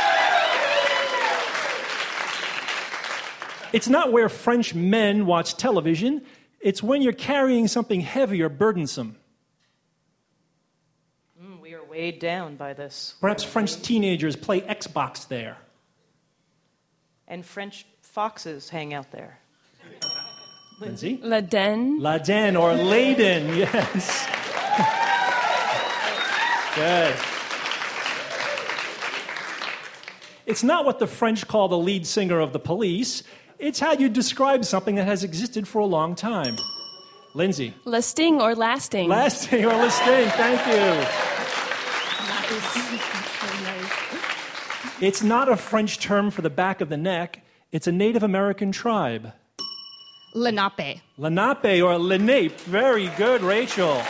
Speaker 3: It's not where French men watch television, it's when you're carrying something heavy or burdensome.
Speaker 1: Mm, we are weighed down by this.
Speaker 3: Perhaps French teenagers play Xbox there.
Speaker 1: And French foxes hang out there.
Speaker 3: Lindsay?
Speaker 15: Laden.
Speaker 3: Laden or Laden, yes. Good. It's not what the French call the lead singer of the police, it's how you describe something that has existed for a long time. Lindsay.
Speaker 15: Listing or lasting?
Speaker 3: Lasting or listing. Thank you.
Speaker 15: Nice. so nice.
Speaker 3: It's not a French term for the back of the neck. It's a Native American tribe.
Speaker 14: Lenape.
Speaker 3: Lenape or Lenape. Very good, Rachel.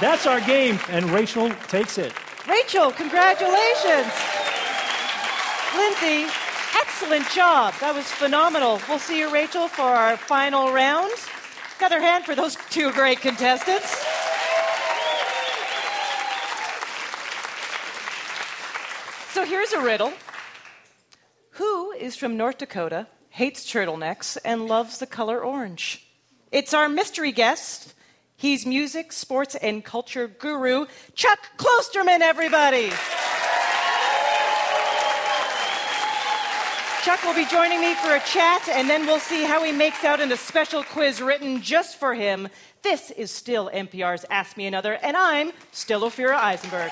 Speaker 3: That's our game, and Rachel takes it.
Speaker 1: Rachel, congratulations. Lindsay, excellent job. That was phenomenal. We'll see you, Rachel, for our final round. Another hand for those two great contestants. So here's a riddle Who is from North Dakota, hates turtlenecks, and loves the color orange? It's our mystery guest. He's music, sports, and culture guru, Chuck Klosterman, everybody. Chuck will be joining me for a chat, and then we'll see how he makes out in a special quiz written just for him. This is still NPR's Ask Me Another, and I'm still Ophira Eisenberg.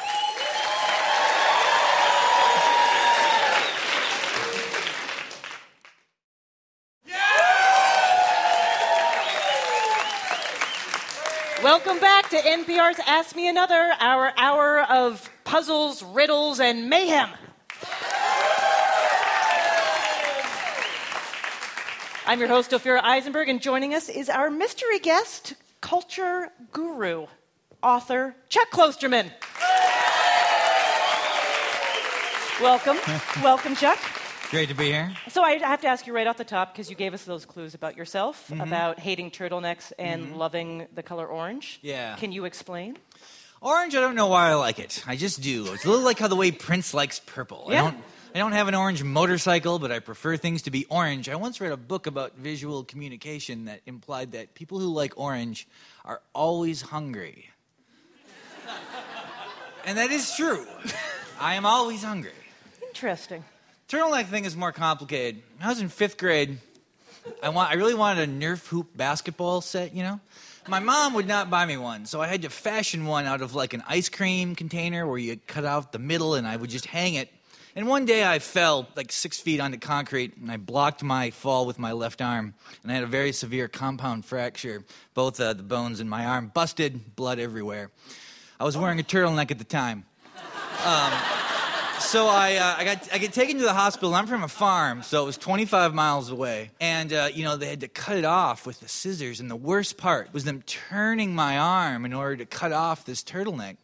Speaker 1: Welcome back to NPR's Ask Me Another, our hour of puzzles, riddles, and mayhem. I'm your host, Ophira Eisenberg, and joining us is our mystery guest, culture guru, author Chuck Klosterman. Welcome. Welcome, Chuck.
Speaker 12: Great to be here.
Speaker 1: So I have to ask you right off the top because you gave us those clues about yourself,
Speaker 12: Mm-hmm.
Speaker 1: about hating turtlenecks and loving the color orange.
Speaker 12: Yeah.
Speaker 1: Can you explain?
Speaker 12: Orange, I don't know why I like it. I just do. It's a little like how the way Prince likes purple.
Speaker 1: Yeah.
Speaker 12: I don't I don't have an orange motorcycle, but I prefer things to be orange. I once read a book about visual communication that implied that people who like orange are always hungry. and that is true. I am always hungry.
Speaker 1: Interesting.
Speaker 12: Turtleneck thing is more complicated. When I was in fifth grade, I, want, I really wanted a Nerf hoop basketball set, you know? My mom would not buy me one, so I had to fashion one out of like an ice cream container where you cut out the middle and I would just hang it. And one day I fell like six feet onto concrete and I blocked my fall with my left arm. And I had a very severe compound fracture. Both uh, the bones in my arm busted, blood everywhere. I was wearing a turtleneck at the time. Um, so I, uh, I got I get taken to the hospital. I'm from a farm, so it was 25 miles away, and uh, you know they had to cut it off with the scissors. And the worst part was them turning my arm in order to cut off this turtleneck.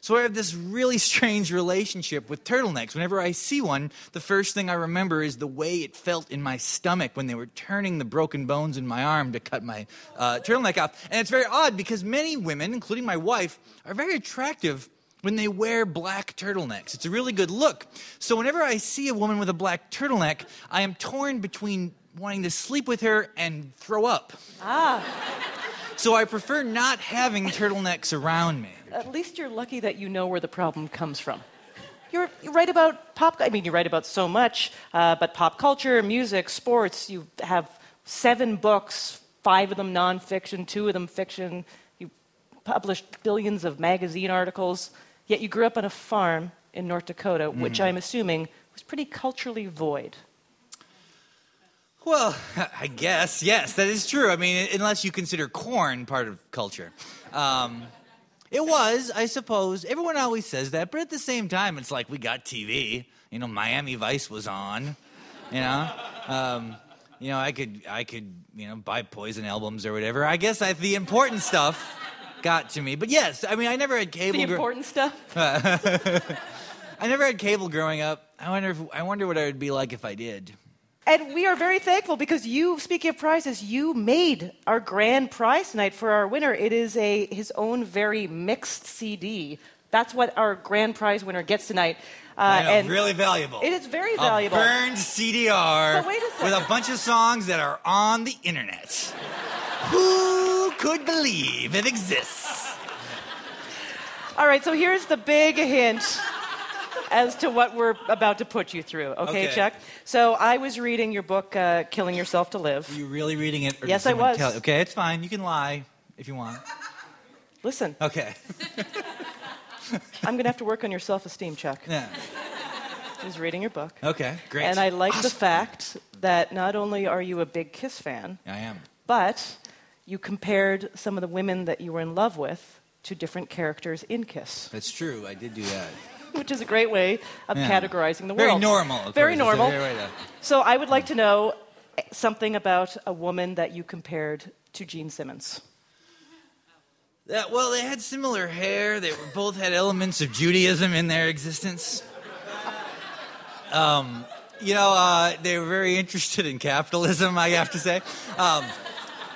Speaker 12: So I have this really strange relationship with turtlenecks. Whenever I see one, the first thing I remember is the way it felt in my stomach when they were turning the broken bones in my arm to cut my uh, turtleneck off. And it's very odd because many women, including my wife, are very attractive when they wear black turtlenecks. It's a really good look. So whenever I see a woman with a black turtleneck, I am torn between wanting to sleep with her and throw up.
Speaker 1: Ah.
Speaker 12: So I prefer not having turtlenecks around me.
Speaker 1: At least you're lucky that you know where the problem comes from. You're, you're right about pop. I mean, you write about so much, uh, but pop culture, music, sports. You have seven books, five of them nonfiction, two of them fiction. You published billions of magazine articles. Yet you grew up on a farm in North Dakota, which
Speaker 12: Mhm.
Speaker 1: I'm assuming was pretty culturally void.
Speaker 12: Well, I guess yes, that is true. I mean, unless you consider corn part of culture, um, it was, I suppose. Everyone always says that, but at the same time, it's like we got TV. You know, Miami Vice was on. You know, um, you know, I could, I could, you know, buy Poison albums or whatever. I guess I, the important stuff got to me. But yes, I mean, I never had cable.
Speaker 1: the
Speaker 12: gr-
Speaker 1: important stuff.
Speaker 12: I never had cable growing up. I wonder, if, I wonder what I would be like if I did.
Speaker 1: And we are very thankful because you, speaking of prizes, you made our grand prize tonight for our winner. It is a his own very mixed CD. That's what our grand prize winner gets tonight. Uh,
Speaker 12: I know, really valuable.
Speaker 1: It is very
Speaker 12: a
Speaker 1: valuable.
Speaker 12: burned CDR
Speaker 1: But wait a
Speaker 12: with
Speaker 1: second.
Speaker 12: a bunch of songs that are on the internet. Who could believe it exists?
Speaker 1: All right, so here's the big hint as to what we're about to put you through. Okay,
Speaker 12: Okay.
Speaker 1: Chuck. So I was reading your book, uh, "Killing Yourself to Live."
Speaker 12: You really reading it? Or did
Speaker 1: Yes, I
Speaker 12: someone
Speaker 1: was.
Speaker 12: Tell? Okay, it's fine. You can lie if you want.
Speaker 1: Listen,
Speaker 12: Okay.
Speaker 1: I'm going to have to work on your self-esteem, Chuck.
Speaker 12: Yeah.
Speaker 1: I was reading your book.
Speaker 12: Okay. Great.
Speaker 1: And I like the
Speaker 12: Awesome.
Speaker 1: fact that not only are you a big Kiss fan,
Speaker 12: I am.
Speaker 1: but you compared some of the women that you were in love with to different characters in Kiss,
Speaker 12: That's true. I did do that.
Speaker 1: which is a great way of
Speaker 12: Yeah.
Speaker 1: categorizing the
Speaker 12: Very
Speaker 1: world.
Speaker 12: normal. of
Speaker 1: Very
Speaker 12: course. It's a
Speaker 1: normal.
Speaker 12: very way to-
Speaker 1: So I would like to know something about a woman that you compared to Gene Simmons.
Speaker 12: That, well, they had similar hair. They were, both had elements of Judaism in their existence. Um, you know, uh, they were very interested in capitalism, I have to say. Um,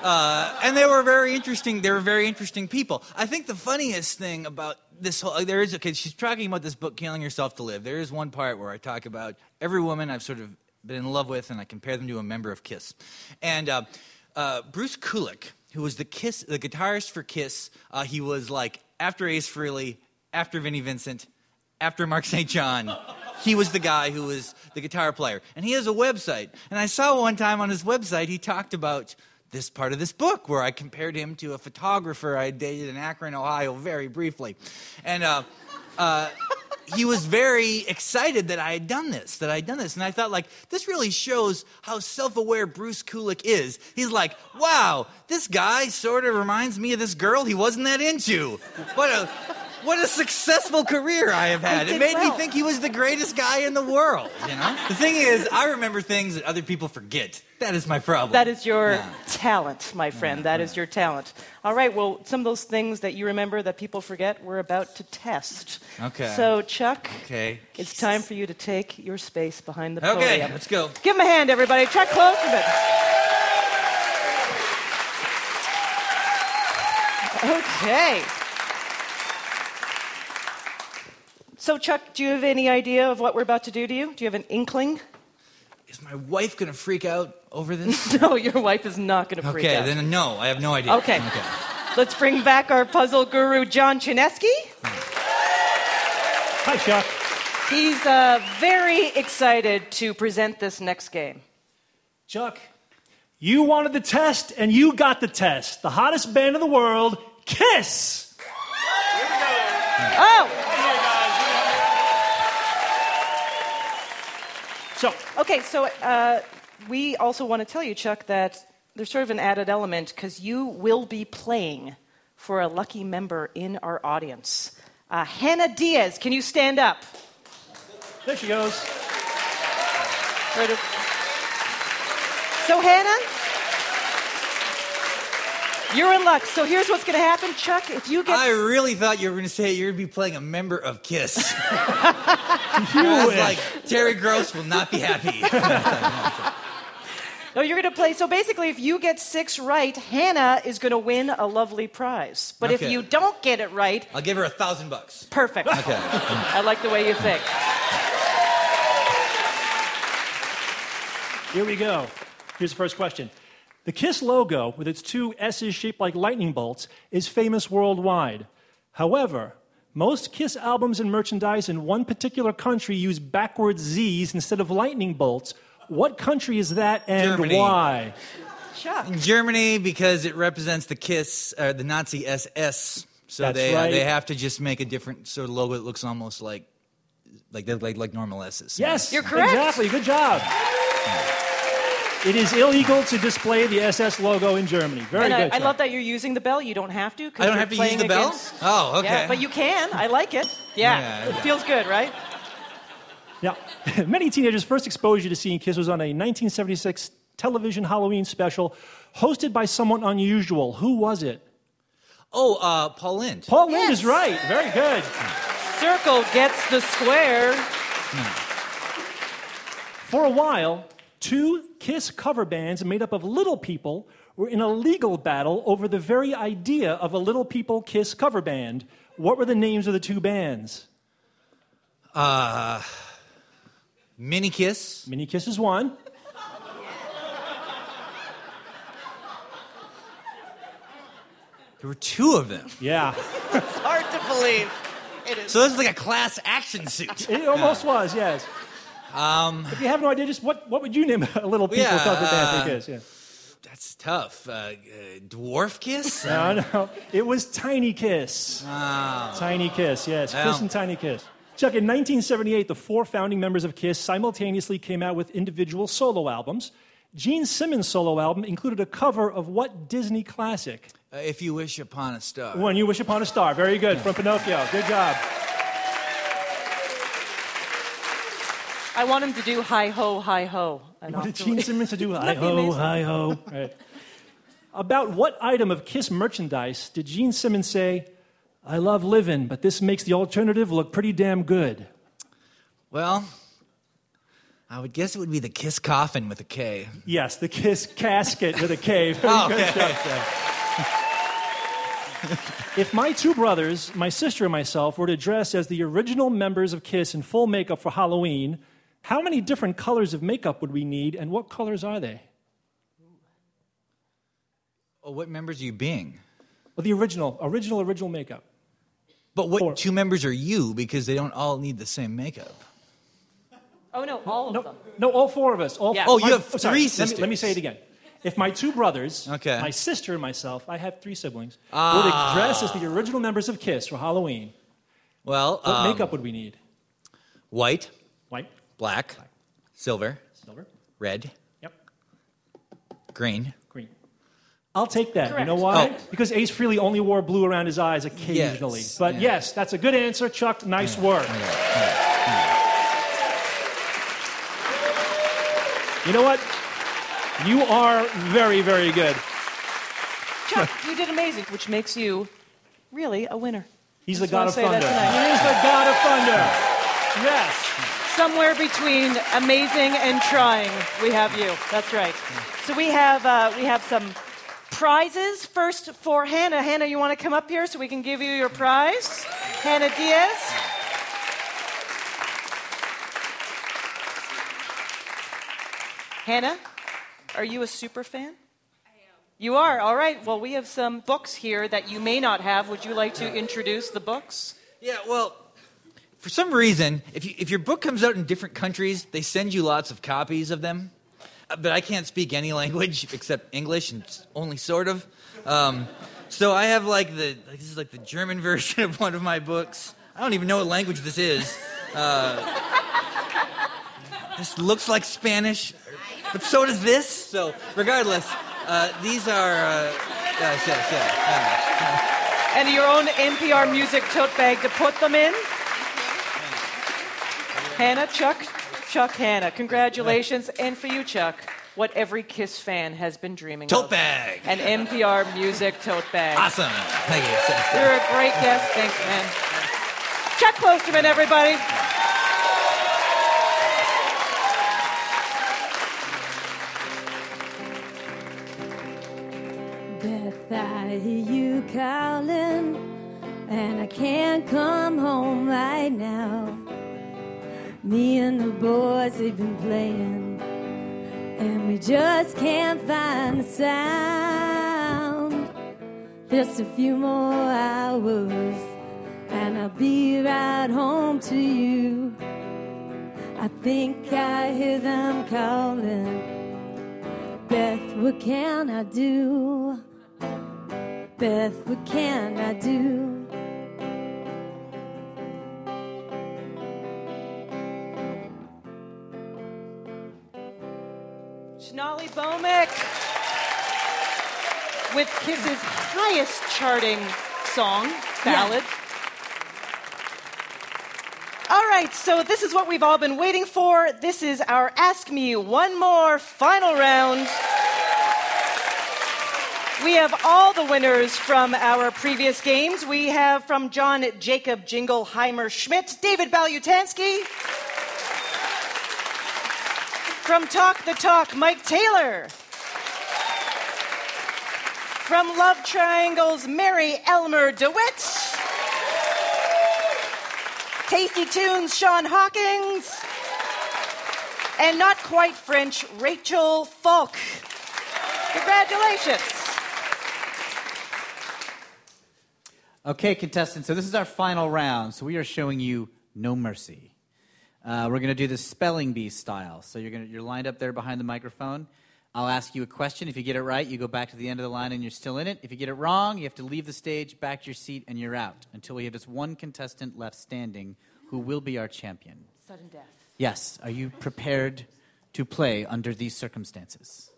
Speaker 12: uh, and they were very interesting. They were very interesting people. I think the funniest thing about this whole there is okay. She's talking about this book, "Killing Yourself to Live." There is one part where I talk about every woman I've sort of been in love with, and I compare them to a member of Kiss. And uh, uh, Bruce Kulick, who was the Kiss, the guitarist for Kiss, uh, he was like after Ace Frehley, after Vinnie Vincent, after Mark St. John. He was the guy who was the guitar player. And he has a website. And I saw one time on his website, he talked about this part of this book where I compared him to a photographer I dated in Akron, Ohio, very briefly. And uh, uh, he was very excited that I had done this, that I had done this. And I thought, like, this really shows how self aware Bruce Kulick is. He's like, wow, this guy sort of reminds me of this girl he wasn't that into. What a. What a successful career I have had.
Speaker 16: did
Speaker 12: it made
Speaker 16: well.
Speaker 12: me think he was the greatest guy in the world, you know? The thing is, I remember things that other people forget. That is my problem.
Speaker 1: That is your talent, my friend. That is your talent. All right, well, some of those things that you remember that people forget, we're about to test.
Speaker 12: Okay.
Speaker 1: So, Chuck,
Speaker 12: Okay.
Speaker 1: it's time for you to take your space behind the
Speaker 12: Okay,
Speaker 1: podium.
Speaker 12: let's go.
Speaker 1: Give him a hand, everybody. Chuck Klosterman. Okay. So, Chuck, do you have any idea of what we're about to do to you? Do you have an inkling?
Speaker 12: Is my wife going to freak out over this?
Speaker 1: no, your wife is not going to freak
Speaker 12: Okay,
Speaker 1: out.
Speaker 12: then no, I have no idea.
Speaker 1: Okay. Let's bring back our puzzle guru, John Chinesky.
Speaker 3: Hi, Chuck.
Speaker 1: He's uh, very excited to present this next game.
Speaker 3: Chuck, you wanted the test and you got the test. The hottest band in the world, Kiss.
Speaker 1: Oh!
Speaker 3: So.
Speaker 1: Okay, so uh, we also want to tell you, Chuck, that there's sort of an added element because you will be playing for a lucky member in our audience. Uh, Hannah Diaz, can you stand up?
Speaker 3: There she goes.
Speaker 1: Right up. So, Hannah, you're in luck. So, here's what's going to happen, Chuck. If you get
Speaker 12: I really thought you were going to say you're going to be playing a member of Kiss. I
Speaker 1: You
Speaker 12: was like, Terry Gross will not be happy.
Speaker 1: No, you're going to play. So basically, if you get six right, Hannah is going to win a lovely prize. But if
Speaker 12: Okay.
Speaker 1: you don't get it right,
Speaker 12: I'll give her a thousand bucks.
Speaker 1: perfect.
Speaker 12: Okay.
Speaker 1: I like the way you think.
Speaker 3: Here we go. Here's the first question. The KISS logo, with its two S's shaped like lightning bolts, is famous worldwide. However, most KISS albums and merchandise in one particular country use backwards Z's instead of lightning bolts. What country is that and
Speaker 12: Germany.
Speaker 3: why?
Speaker 1: Chuck.
Speaker 12: In Germany, because it represents the Kiss, uh, the Nazi SS. So
Speaker 3: That's
Speaker 12: they uh,
Speaker 3: right.
Speaker 12: they have to just make a different sort of logo that looks almost like like they're like like normal S's.
Speaker 3: Yes,
Speaker 1: You're correct.
Speaker 3: Exactly. Good job. It is illegal to display the SS logo in Germany. Very
Speaker 1: and
Speaker 3: good.
Speaker 1: I, I
Speaker 3: Chuck.
Speaker 1: love that you're using the bell. You don't have to. 'cause
Speaker 3: I don't
Speaker 1: you're
Speaker 3: have to use
Speaker 1: playing
Speaker 3: the bell?
Speaker 1: against-
Speaker 3: Oh, okay.
Speaker 1: Yeah, but you can. I like it. Yeah.
Speaker 3: Yeah, yeah.
Speaker 1: It feels good, right?
Speaker 3: Now, many teenagers' first exposure to seeing Kiss was on a 1976 television Halloween special hosted by someone unusual. Who was it?
Speaker 12: Oh, uh, Paul Lind.
Speaker 3: Paul Lind is right. Very good.
Speaker 1: Circle gets the square.
Speaker 3: For a while, two Kiss cover bands made up of little people were in a legal battle over the very idea of a little people Kiss cover band. What were the names of the two bands?
Speaker 12: Uh, mini Kiss.
Speaker 3: Mini Kiss is one.
Speaker 12: There were two of them.
Speaker 3: Yeah.
Speaker 1: It's hard to believe. It is.
Speaker 12: So this is like a class action suit.
Speaker 3: It almost was, yes.
Speaker 12: Um,
Speaker 3: If you have no idea, just what, what would you name a little people
Speaker 12: Yeah,
Speaker 3: cover band
Speaker 12: uh,
Speaker 3: for Kiss? Yeah.
Speaker 12: that's tough. Uh, uh, dwarf Kiss. Uh,
Speaker 3: No, no. It was Tiny Kiss. Tiny Kiss, yes.
Speaker 12: Well.
Speaker 3: Kiss and Tiny Kiss. Chuck, in 1978, the four founding members of Kiss simultaneously came out with individual solo albums. Gene Simmons' solo album included a cover of what Disney classic?
Speaker 12: Uh, if you wish upon a star.
Speaker 3: When You Wish Upon a Star. Very good. From Pinocchio. Good job.
Speaker 1: I want him to do hi ho, hi ho. and
Speaker 3: What
Speaker 1: off
Speaker 3: did
Speaker 1: to-
Speaker 3: Gene Simmons to do? Hi
Speaker 1: That'd be
Speaker 3: ho,
Speaker 1: amazing.
Speaker 3: hi ho. Right. About what item of Kiss merchandise did Gene Simmons say, I love living, but this makes the alternative look pretty damn good?
Speaker 12: Well, I would guess it would be the Kiss Coffin with a K.
Speaker 3: Yes, the Kiss casket with a K. Very
Speaker 12: Oh,
Speaker 3: good
Speaker 12: okay.
Speaker 3: job, Sam. If my two brothers, my sister, and myself were to dress as the original members of Kiss in full makeup for Halloween, how many different colors of makeup would we need, and what colors are they?
Speaker 12: Oh, what members are you being?
Speaker 3: Well, the original, original, original makeup.
Speaker 12: But what two members are you? Because they don't all need the same makeup.
Speaker 1: Oh, no, all of them.
Speaker 3: No, all four of us. All
Speaker 1: Yeah.
Speaker 3: four-
Speaker 1: Oh, you
Speaker 3: my-
Speaker 1: have
Speaker 3: sorry,
Speaker 12: three
Speaker 3: let me- Let me, say it again. If my two brothers,
Speaker 12: Okay.
Speaker 3: my sister and myself, I have three siblings,
Speaker 12: Ah.
Speaker 3: were to dress as the original members of Kiss for Halloween,
Speaker 12: Well,
Speaker 3: what
Speaker 12: um,
Speaker 3: makeup would we need?
Speaker 12: White,
Speaker 3: White,
Speaker 12: black, silver,
Speaker 3: silver,
Speaker 12: red.
Speaker 3: Yep.
Speaker 12: Green.
Speaker 3: green. I'll take that. You know
Speaker 12: Correct.
Speaker 3: why? Because Ace Frehley only wore blue around his eyes occasionally.
Speaker 12: Oh. Yes,
Speaker 3: But
Speaker 12: yeah.
Speaker 3: yes, that's a good answer, Chuck. Nice work. You know what? You are very, very good.
Speaker 1: Chuck, you did amazing, which makes you really a winner.
Speaker 3: He's
Speaker 1: Just
Speaker 3: the god
Speaker 1: wanna
Speaker 3: of
Speaker 1: say that
Speaker 3: thunder.
Speaker 1: tonight.
Speaker 3: He is the god of thunder. Yes.
Speaker 1: Somewhere between amazing and trying, we have you. That's right. So we have uh, we have some prizes. First for Hannah. Hannah, you want to come up here so we can give you your prize? Hannah Diaz. Hannah, are you a super fan? I am. You are. All right. Well, we have some books here that you may not have. Would you like to introduce the books?
Speaker 12: Yeah, well, for some reason, if, you, if your book comes out in different countries, they send you lots of copies of them. Uh, But I can't speak any language except English, and s- only sort of. Um, so I have like the like, this is like the German version of one of my books. I don't even know what language this is. Uh, this looks like Spanish, but so does this. So regardless, uh, these are. Uh, yes, yes, yes, uh,
Speaker 1: and your own NPR music tote bag to put them in. Hannah, Chuck, Chuck, Hannah, congratulations. And for you, Chuck, what every KISS fan has been dreaming
Speaker 12: Tote
Speaker 1: of.
Speaker 12: bag.
Speaker 1: An NPR music tote bag.
Speaker 12: Awesome. Thank you.
Speaker 1: You're a great guest. Thanks, man. Chuck Klosterman, everybody.
Speaker 2: Beth, I hear you calling, and I can't come home right now. Me and the boys, we've been playing, and we just can't find the sound. Just a few more hours, and I'll be right home to you. I think I hear them calling. Beth, what can I do? Beth, what can I do?
Speaker 1: Shanali Bomick with Kiss's highest charting song, ballad. All right, so this is what we've all been waiting for. This is our Ask Me One More final round. We have all the winners from our previous games. We have from John Jacob Jingleheimer Schmidt, David Balutansky. From Talk the Talk, Mike Taylor. From Love Triangles, Mary Elmer DeWitt. Tasty Tunes, Sean Hawkins. And not quite French, Rachel Falk. Congratulations.
Speaker 7: Okay, contestants, so this is our final round. So we are showing you no mercy. Uh, we're going to do the spelling bee style. So you're, gonna, you're lined up there behind the microphone. I'll ask you a question. If you get it right, you go back to the end of the line and you're still in it. If you get it wrong, you have to leave the stage, back to your seat, and you're out until we have just one contestant left standing who will be our champion.
Speaker 1: Sudden death.
Speaker 7: Yes, are you prepared to play under these circumstances?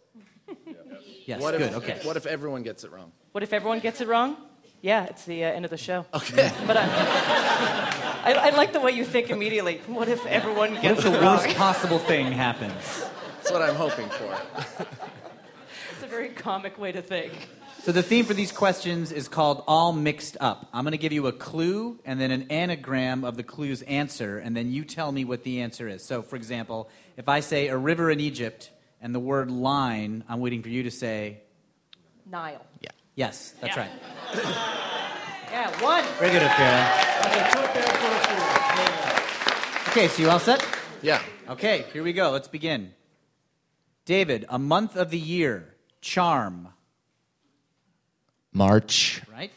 Speaker 7: Yes,
Speaker 4: What
Speaker 7: good,
Speaker 4: if,
Speaker 7: okay.
Speaker 4: What if everyone gets it wrong?
Speaker 1: What if everyone gets it wrong? Yeah, it's the uh, end of the show. Okay. But I, I, I like the way you think immediately. What if everyone
Speaker 7: What
Speaker 1: gets
Speaker 7: if the
Speaker 1: it wrong?
Speaker 7: worst possible thing happens?
Speaker 4: That's what I'm hoping for.
Speaker 1: It's a very comic way to think.
Speaker 7: So the theme for these questions is called All Mixed Up. I'm going to give you a clue and then an anagram of the clue's answer, and then you tell me what the answer is. So, for example, if I say a river in Egypt and the word line, I'm waiting for you to say,
Speaker 1: Nile. Yeah.
Speaker 7: yes, that's
Speaker 1: Yeah.
Speaker 7: right.
Speaker 1: Yeah, one.
Speaker 7: Very good, Ophira. Okay, so you all set?
Speaker 4: Yeah.
Speaker 7: Okay, here we go. Let's begin. David, a month of the year, charm,
Speaker 4: March.
Speaker 7: right?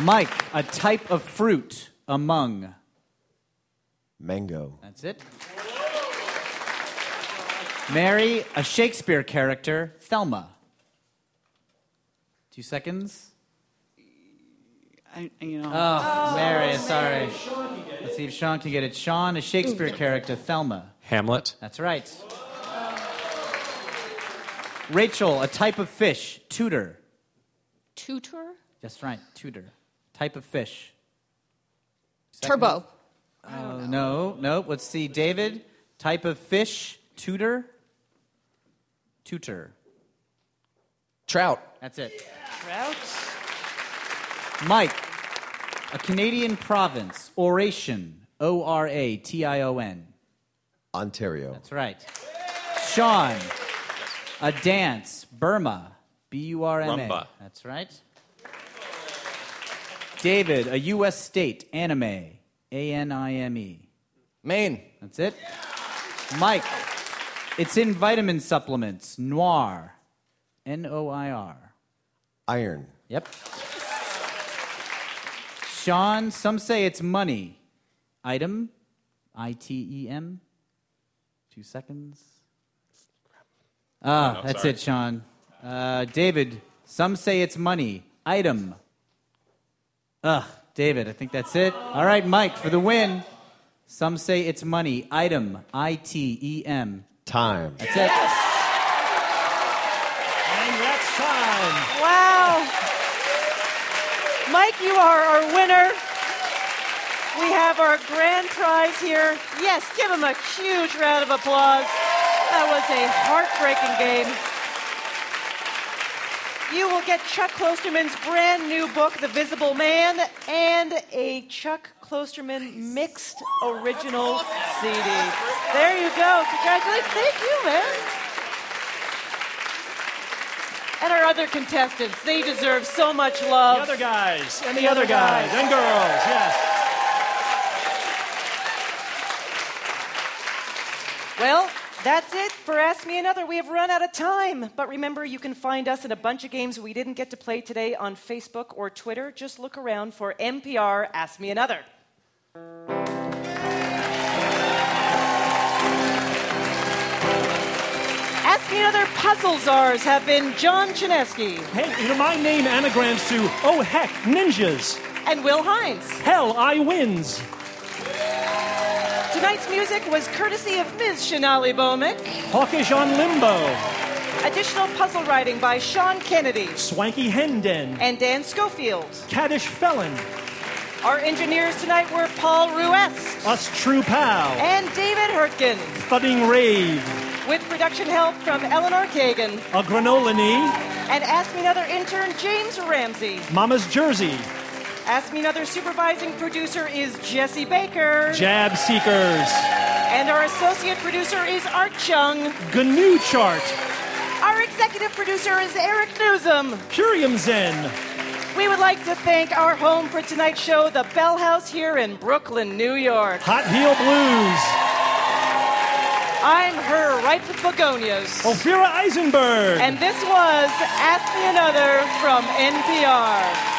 Speaker 7: Mike, a type of fruit, among.
Speaker 5: Mango.
Speaker 7: That's it. Mary, a Shakespeare character, Thelma. Two seconds.
Speaker 8: I, you know.
Speaker 7: Oh, Mary, sorry. Let's see if Sean can get it. Sean, a Shakespeare character, Thelma.
Speaker 16: Hamlet.
Speaker 7: That's right. Rachel, a type of fish, Tudor.
Speaker 14: Tutor?
Speaker 7: That's right, Tudor. Type of fish.
Speaker 14: Turbo.
Speaker 7: Oh, no, no. Let's see. David, type of fish, Tudor. Tutor.
Speaker 4: Trout.
Speaker 7: That's it.
Speaker 1: Routes.
Speaker 7: Mike, a Canadian province, Oration, O R A T I O N.
Speaker 5: Ontario.
Speaker 7: That's right. Sean, a dance, Burma, B U R M
Speaker 16: Rumba.
Speaker 7: A. That's right. David, a U.S. state, anime, A N I M E.
Speaker 4: Maine.
Speaker 7: That's it. Mike, it's in vitamin supplements, Noir, N O I R.
Speaker 5: Iron.
Speaker 7: Yep. Sean, some say it's money. Item, I T E M. Two seconds. Ah,
Speaker 16: Oh,
Speaker 7: that's
Speaker 16: sorry.
Speaker 7: it, Sean. Uh, David, some say it's money. Item. Ugh, David, I think that's it. All right, Mike, for the win. Some say it's money. Item, I T E M.
Speaker 5: Time.
Speaker 7: That's it.
Speaker 3: And that's time.
Speaker 1: Wow. Mike, you are our winner. We have our grand prize here. Yes, give him a huge round of applause. That was a heartbreaking game. You will get Chuck Klosterman's brand new book, The Visible Man, and a Chuck Klosterman mixed original CD. There you go. Congratulations. Thank you, man. And our other contestants, they deserve so much love.
Speaker 3: The other guys and the, other guys, and girls, yes.
Speaker 1: Well, that's it for Ask Me Another. We have run out of time. But remember, you can find us in a bunch of games we didn't get to play today on Facebook or Twitter. Just look around for NPR Ask Me Another. Ask Me Another puzzle czars have been John Chinesky
Speaker 3: Hey, you know my name anagrams to oh heck ninjas.
Speaker 1: and Will Hines.
Speaker 3: Hell, I wins.
Speaker 1: Tonight's music was courtesy of Ms. Shanali Bowman.
Speaker 3: Hawkish on limbo.
Speaker 1: Additional puzzle writing by Sean Kennedy
Speaker 3: Swanky Hendon.
Speaker 1: and Dan Schofield.
Speaker 3: Caddish felon.
Speaker 1: Our engineers tonight were Paul Ruest
Speaker 3: Us true pal.
Speaker 1: and David Hertgen,
Speaker 3: Thudding rave.
Speaker 1: with production help from Eleanor Kagan
Speaker 3: A granola knee.
Speaker 1: and Ask Me Another intern James Ramsey.
Speaker 3: Mama's jersey.
Speaker 1: Ask Me Another supervising producer is Jesse Baker.
Speaker 3: Jab seekers.
Speaker 1: and our associate producer is Art Chung.
Speaker 3: GNU chart.
Speaker 1: Our executive producer is Eric Newsom.
Speaker 3: Curium zen.
Speaker 1: We would like to thank our home for tonight's show, the Bell House here in Brooklyn, New York.
Speaker 3: Hot heel blues.
Speaker 1: I'm her, right with begonias.
Speaker 3: Oh, Ophira Eisenberg.
Speaker 1: And this was Ask Me Another from NPR.